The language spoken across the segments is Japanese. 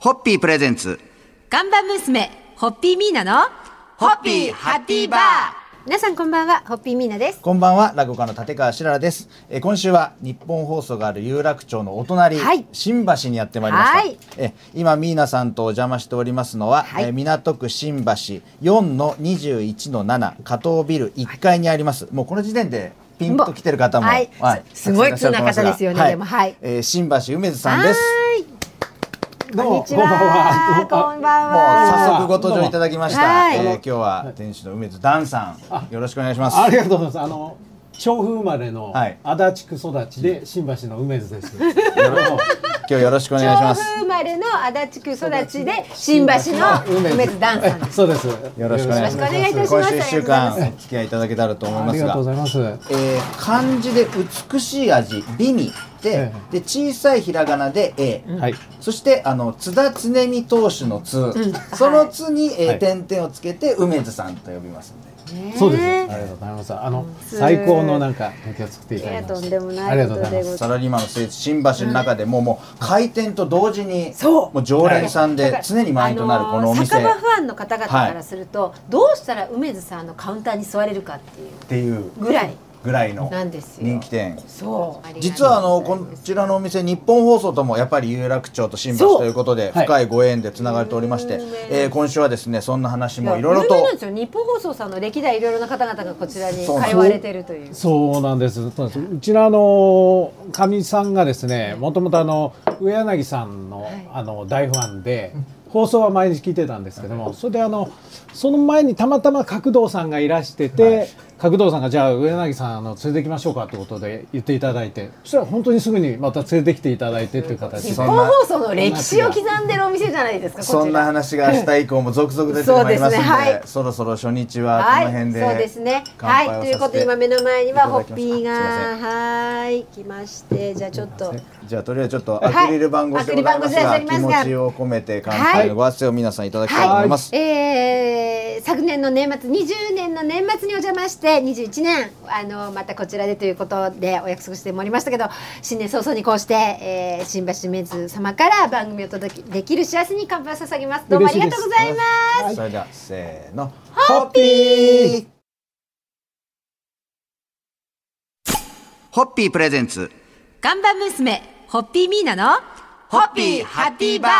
ホッピープレゼンツ。ガンバ娘、ホッピーミーナの、ホッピーハッピーバー皆さんこんばんは、ホッピーミーナです。こんばんは、落語家の立川しららです。えー今週は日本放送がある有楽町のお隣、はい新橋にやってまいりました。はいえー今、ミーナさんとお邪魔しておりますのは、はいえー港区新橋4-21-7加藤ビル1階にあります。もうこの時点でピンと来てる方も、はいすすごい通な方ですよねでもはいえー新橋梅津さんです。はーい。こんにちこんばんは は。こもんばんうは。早速ご登場いただきました。はいえー今日は店主の梅津ダンさん、よろしくお願いします。ありがとうございます。あの調布生まれのはい足立区育ちで新橋の梅津です。今日よろしくお願いし調ま布す。生まれの足立区育ちで、新橋の梅津ダンさんです。そうです。よろしくお願いしまよろしす。くお願いいたします今週一週間お付き合いいただけたらと思いあまりすがとうごが、ざいます。えー漢字で美しい味美味でえ、で小さいひらがなで A、はい。そしてあの津田常美投手の津、その津に、えーはい点々をつけて梅津さんと呼びますんで。そうです。ありがとうございます。あの最高のなんか時を作っていただきいやましとたんでもないありがとうございまことす。サラリーマンの聖地新橋の中でも、もう開店と同時にそうもう常連さんだかでら常に満員となるこのお店あっのー酒場ファンの方々からすると、どうしたら梅津さんのカウンターに座れるかっていうていうぐらいぐらいのなんですよ人気店。そうありがとうございます実はあのこちらのお店日本放送ともやっぱり有楽町と新そう橋ということではい深いご縁でつながれておりまして、有名えー今週はですねそんな話もいろいろ有名となんですよ日本放送さんの歴代いろいろな方々がこちらに通そうなんですわれてるというそうなんです。そうなんですうちのあのかみさんがですね、もともとあの上柳さんのいあの大ファンで。放送は毎日聞いてたんですけども、それであのその前にたまたま角堂さんがいらしてて、角堂さんがじゃあ上柳さんあの連れてきましょうかってことで言っていただいて、そしたら本当にすぐにまた連れてきていただいてっていう形日でそん本な放送の歴史を刻んでるお店じゃないですかそこちんなら話が明日以降も続々出てまいりますので そうですねはいそろそろ初日ははこいの辺で、そうですね乾杯はいをというこさとせでて今目の前にはいホただきッましピたーがすいまはい来ましてじゃあちょっとせんじゃあとりあえずちょっとアクリル板越しでございますが、はいアクリル気板越しでございますが持ちを込めて乾杯のご発声を皆さんいただきたいと思います、えー昨年の年末20年の年末にお邪魔して21年あのまたこちらでということでお約束してもりましたけど新年早々にこうして、えー、新橋メズ様から番組をお届けできる幸せに乾杯を捧げますどうもありがとうございますそれではせーのホッピーホッピープレゼンツ。ガンバ娘ホッピーミーナのホッピーハッピーバー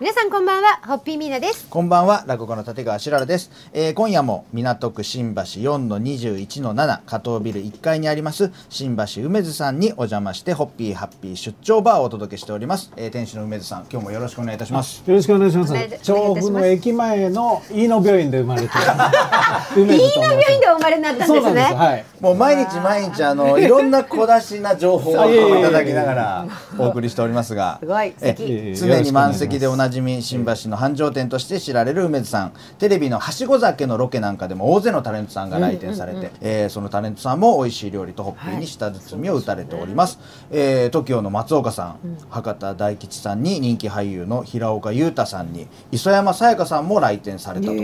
皆さんこんばんはホッピーミーナですこんばんは、落語家の立川しららです。えー今夜も港区新橋4の21の7加藤ビル1階にあります新橋梅津さんにお邪魔してホッピーハッピー出張バーをお届けしております。えー店主の梅津さん、今日もよろしくお願いいたします。よろしくお願いしまおす願いいた。します調布の駅前の飯野病院で生まれて、 飯いいの病院でお生まれになったんそでうなすんです。ねはい。もう毎日毎日あのいろんな小出しな情報をいえいえいえいただきながらお送りしておりますが、 すごい素敵え常に満席でおなじみ新橋の繁盛店として知られる梅津さん、テレビのはしご酒のロケなんかでも大勢のタレントさんが来店されて、えーそのタレントさんも美味しい料理とホッピーに舌包みを打たれております。えー TOKIO の松岡さん、博多大吉さんに人気俳優の平岡優太さんに磯山さやかさんも来店されたとか、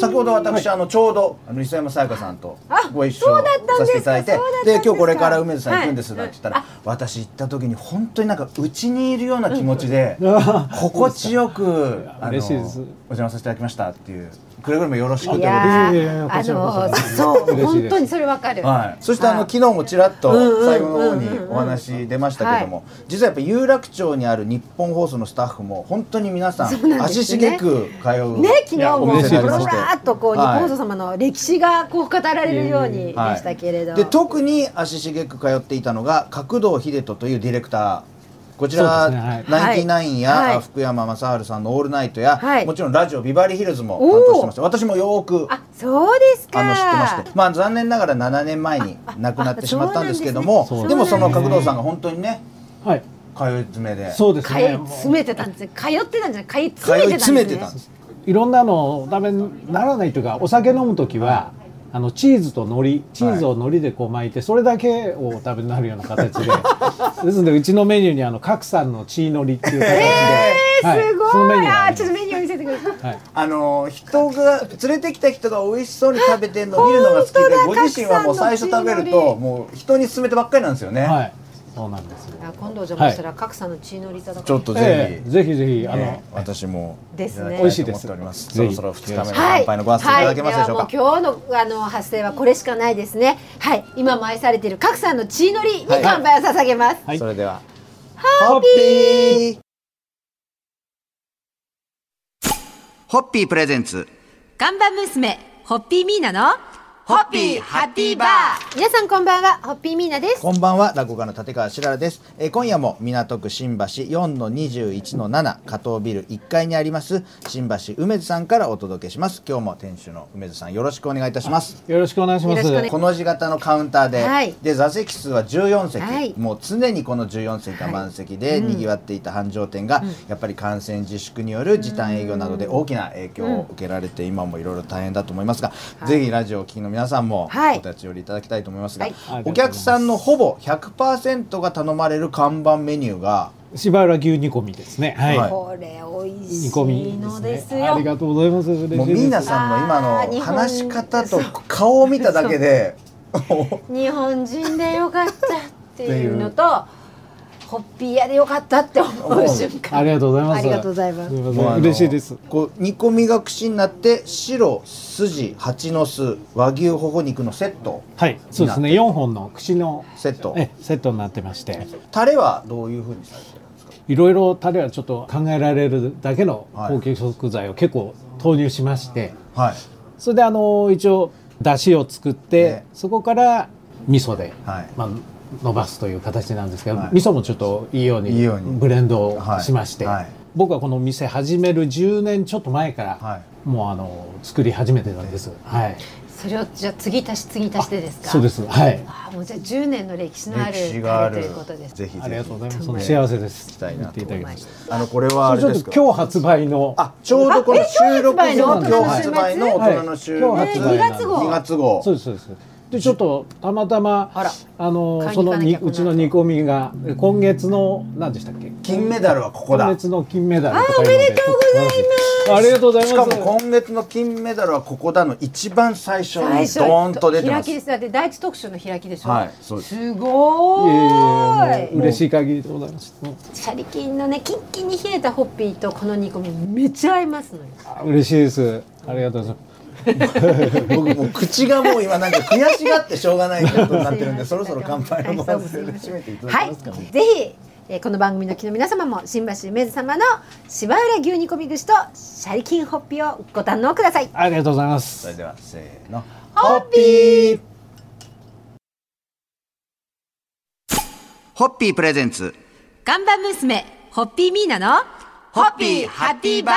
先ほど私あのちょうどあの磯山さやかさんとご一緒そうだったんさですせてかいただいてそうだったんでですか今日これから梅津さん行くんですはいなんて言ったら、私行った時に本当になんかうちにいるような気持ちで、 心地よく あの嬉しいですお邪魔させていただきましたっていうくれぐれもよろしくといいうことやいやいやいーやあこちらこそのーそう嬉しい本です当にそれわかるで、はい、そしてあの昨日もちらっと最後の方にお話出ましたけども、実はやっぱ有楽町にある日本放送のスタッフも本当に皆さそうなんんですね足しげく通うね、昨日もお店にずらなりましてーっとこう日はい本放送様の歴史がこう語られるようにではいしたけれど、で特に足しげく通っていたのが角堂秀人というディレクターこちら、そうですねはいナインティナインや、はい福山雅治さんの「オールナイトや」はいもちろんラジオ「ビバリーヒルズ」も担当してました私もよーくあそうですかあの知ってまして、まあ、残念ながら7年前に亡くなってしまったんですけどもああそうなんですねでもそそうなのんですね角堂さんが本当にねはい。通い詰めでそうです通ね。い詰めてたんですね通ってたんじゃない通通いい詰詰めめててたたんんでですねすいろんなのダメにならないというかお酒飲む時はあのチーズと海苔チーズを海苔でこう巻いてそれだけをお食べになるような形 でですのでうちのメニューにあの角さんのチーのりっていう形で、えー、はいすごそのメい、ニューがあーありちょっとますメニュー見せてくださいはいあの人が連れてきた人が美味しそうに食べてるのを見るのが好きで本当だご自身はもう最初食べる角さんのともう人に勧めてばっかりなんですよね、はいそうなんですよ。あ今度お邪魔したら、各さんの血のりいただちょっとぜええひ、ぜひぜひあの、ね私もですねただきたと思っておりますそ美ろ味しいですそろ2日目のは乾杯のご挨拶いただけますでしょうか、はい、ではもう今日のあの発声はこれしかないですね。はい、今も愛されている角さんの血のりに乾杯を捧げます。はいそれではハッピピーホッピープレゼンツ看板娘、ホッピーミーナの、ホッピーハッピーバーー。皆さんこんばんは、ホッピーミーナです。こんばんは、落語家の立川しららです。えー今夜も港区新橋4の21の7加藤ビル1階にあります新橋梅津さんからお届けします。今日も店主の梅津さんよろしくお願いいたします。よろしくお願いします。よろしくお願いこの字型のカウンターで、はいで座席数は14席、はいもう常にこの14席が満席で賑わっていた繁盛店が、やっぱり感染自粛による時短営業などで大きな影響を受けられて、今もいろいろ大変だと思いますが、ぜひラジオをお聞きの皆さんもはいお立ち寄りいただきたいと思いますが、はいお客さんのほぼ100%が頼まれる看板メニューが芝浦牛煮込みですね。はい。はいこれ美味し煮込いみでのすですね。あよ。りがとうございます。嬉しいですもうミーナさんの今あー日の本話し方と顔を見ただけで日本人でよかったっていうのと、ホッピー屋でよかったって思う瞬間。ありがとうございます。ありがとうございますすみまもうあせのん。嬉しいです。こう煮込みが串になって白筋蜂の巣和牛ほほ肉のセットはい。そうですね。四本の串のセットえセットになってまして、タレはどういうふうにされてるんですかいろいろタレはちょっと考えられるだけの高級食材を結構投入しまして、はいそれであの一応出汁を作って、ねそこから味噌で、はいまあ伸ばすという形なんですけど、はい味噌もちょっといいようにいいようにブレンドをしまして、はいはい僕はこの店始める10年ちょっと前から、はいもうあの作り始めてたんです。はい。それをじゃあ次足し次足してですか。そうで。す。はい。あーもうじゃあ10年の歴史のある歴史があタるレということです。ぜひぜひありがとうございます。ね幸せです。行きたいなと言って思いいただまきましすあのこれはたあそれれでちすょっとか今日発売のあちょうどこのあえ今日収録発売のそう今日発売の大人の週はい今日発売末のえー2月号2月号そうですそうです。でちょっとたまたまあらの買いそに行のかなきにゃうちの煮込みが今月の何でしたっけ？金メダルはここ今だ月の金メダルとかいうので。あおめでとうございます。ありがとうございます。しかも今月の金メダルはここだの一番最初にド最初ーンと出てま開すきですだって第一特集の開きでしょ、はいそうですすごーいええもう嬉しい限りでございます。もうシャリキンのねキンキンに冷えたホッピーとこの煮込みめっちゃ合いますのよあ嬉しいです。ありがとうございます。僕もう口がもう今なんか悔しがってしょうがないことになってるん でそろそろ乾杯のご発声で締めていただはけいますか、ねぜひ、えーこの番組の気の皆様も新橋梅津様の芝浦牛煮込み串とシャリキンホッピーをご堪能くださいありがとうございまそれす。ではせーのホッピーホッピープレゼンツ看板娘、ホッピーミーナの、ホッピーハッピーバー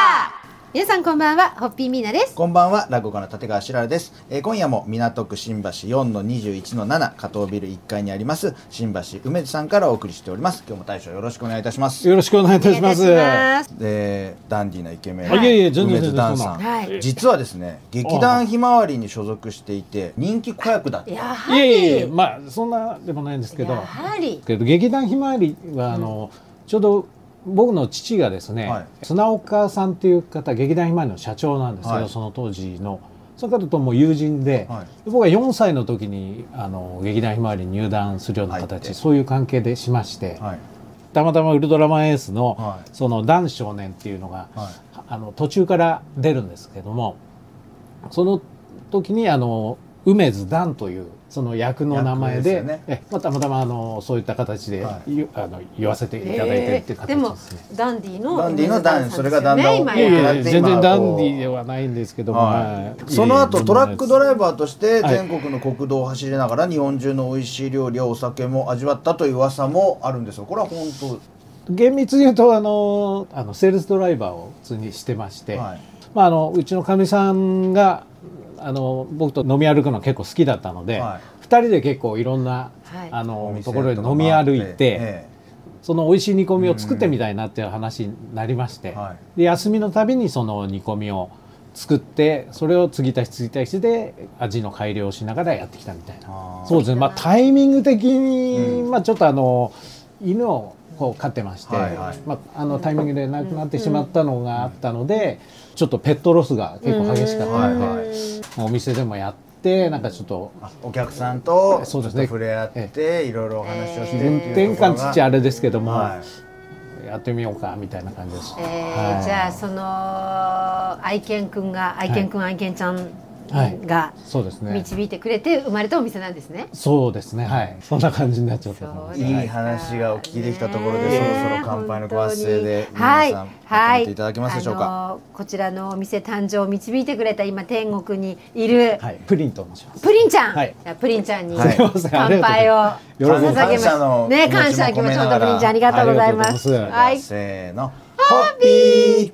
皆さんこんばんはホッピーミーナですこんばんは落語家の立川しららです、えー今夜も港区新橋4の21の7加藤ビル1階にあります新橋梅津さんからお送りしております今日も大将よろしくお願いいたしますよろしくお願いいたします。お願いしますでダンディーなイケメン、はいいえいえ全然梅津ダンさん、然全そんなはい実はですね劇団ひまわりに所属していて人気子役だったやいはりえいえまあそんなでもないんですけやど。はりけど劇団ひまわりはあの、ちょうど僕の父がですね、はい綱岡さんっていう方劇団ひまわりの社長なんですけど、はいその当時のその方とも友人で、はいで僕が4歳の時にあの劇団ひまわりに入団するような入って形そういう関係でしまして、はいたまたま「ウルトラマンエースの」はいその「ダン少年」っていうのが、はあの途中から出るんですけどもその時にあの梅津ダンというその役の名前で役ですよねえまあたまたまあのそういった形で、はゆあの言わせていただいてるってえーいう形でもですね。ダンディのダンディのダンそれがだんだん梅津さえいやいですよね今大きくなってやや全今然はダこンうディではないんですけども、ははいい、その後トラックドライババーとしてはい全国の国道を走りながら日本中の美味しい料理やお酒も味わったという噂もあるんですよこれは本当ー厳密に言うとあのあのセールスドライバーを普通にしてまして、はいまあ、あのうちのかみさんがあの僕と飲み歩くの結構好きだったので、はい二人で結構いろんな、はいあおの店ところでとか飲み歩い回てっ、えその美味しい煮込みを作ってみたいなっていう話になりまして、うんはで休みのたびにその煮込みを作ってそれを継ぎ足し継ぎ足しで味の改良をしながらやってきたみたいあなーそうですねまあタイミング的に、まあちょっとあの犬をこう飼ってまして、はいはいまあ、あのタイミングで亡くなってしまったのがあったので、ちょっとペットロスが結構激しかったので、はいはいまあお店でもやって。ってなんかちょっとお客さんとちそょうっでとすね触れ合っていろいろお話をしてって運い転うところ換が土あれですけども、はいやってみようかみたいな感じです、えーはいじゃあその愛犬くんが愛犬くん、愛犬ちゃんはいがそうですね導いてくれて生まれたお店なんですね。そうですねはいそんな感じになっちゃったと思いますそうですかいい話がお聞きできたところでねそろそろ乾杯のご発声で本当にはい皆さんまとめていただけますでしょうかはいあのこちらのお店誕生を導いてくれた今天国にいるはい、プリント申しますプリンちゃん、はいプリンちゃんにはい乾杯をすいませんありがとうござ捧げいますま感謝のす。ね感謝の気気持持ちちも込めなをがらプリンちゃんありがとうございます。ありがとうございますはい。せーのホッピー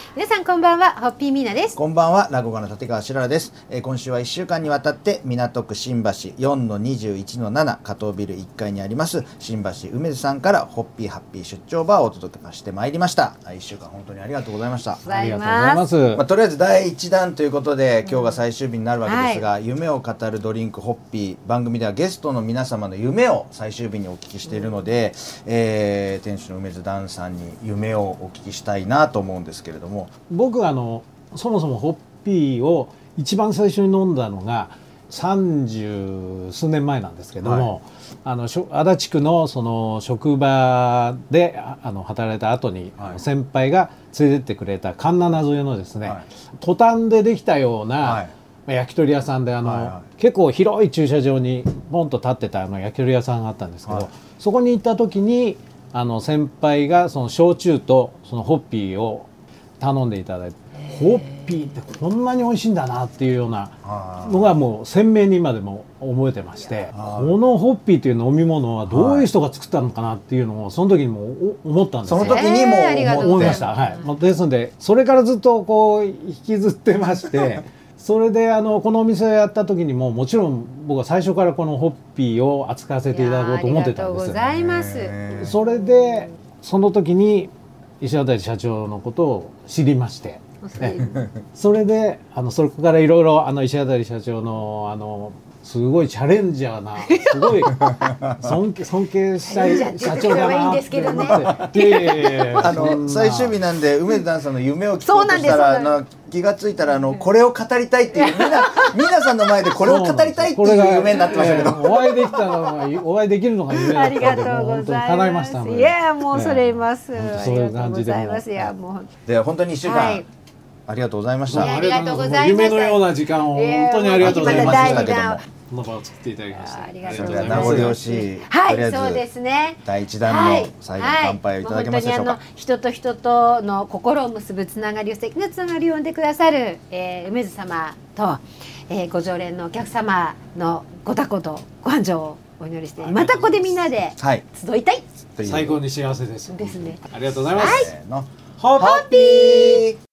皆さんこんばんはホッピーミーナです。こんばんは、落語家の立川しららです。えー今週は1週間にわたって、港区新橋4-21-7加藤ビル1階にあります、新橋梅津さんから、ホッピーハッピー出張バーをお届けしてまいりました。1週間本当にありがとうございました。ございますすまあ、とりあえず第1弾ということで、今日が最終日になるわけですが、夢を語るドリンクホッピー番組ではゲストの皆様の夢を最終日にお聞きしているので、えー店主の梅津ダンさんに夢をお聞きしたいなと思うんですけれども、僕はあのそもそもホッピーを一番最初に飲んだのが三十数年前なんですけども、あのしょ足立区のその職場でああの働いた後に、はいあの先輩が連れてってくれた環七沿いのですね、はいトタンでできたような、はいまあ焼き鳥屋さんであの、はいは結構広い駐車場にポンと立ってたあの焼き鳥屋さんがあったんですけど、はいそこに行った時にあの先輩がその焼酎とそのホッピーを頼んでいただいてホッピーってこんなに美味しいんだなっていうようなあーのがもう鮮明に今でも覚えてましてあこのホッピーという飲み物はどういう人が作ったのかなっていうのをその時にもうお思ったんですそよの時にもえーありがとうご思ざいまましすた、はいまあ、ですのでそれからずっとこう引きずってまして それであのこのお店をやった時にももちろん僕は最初からこのホッピーを扱わせていただこうと思ってたんですよいやーありがとうございます。えーそれでその時に石渡社長のことを知りましてそれであのそれからいろいろあの石渡社長のあのすごいチャレンジャーなす ごい尊敬尊敬したい社長だなって思っていやいやいやいやあそんのな最終日なんで梅津ダンさんの夢を聞こそううとなんしですたらそうなな気がついたらあのこれを語りたいっていうみん な皆さんの前でこれを語りたいってそなんですいう夢になってましたけこどれがえーお会いできたのがお会いできるのが夢だあったりのでがとうごもう本当ざにい叶いまましたす。のでいやもうそれいえーます。本当あそりういがうとう感ごじでざいもます。いやもうで本当に1週間、はいありがとうございましいやたありがとうございました夢のような時間を本当にありがとうございまいやいしやまた第た二弾この場を作っていただきましてありがそとうれごでざはい名ます残惜しい、はとりあえい、ずそうですね。第1弾の最後のはい乾杯をいただけますでしょうか、はいもう本当にあの人と人との心を結ぶつながりを素敵なつながりを生んでくださる、えー、梅津様と、えー、ご常連のお客様のご多幸とご繁盛をお祈りしてまたここでみんなではい集いたいという最高に幸せですですね。ありがとうございます、せーのホッピーピー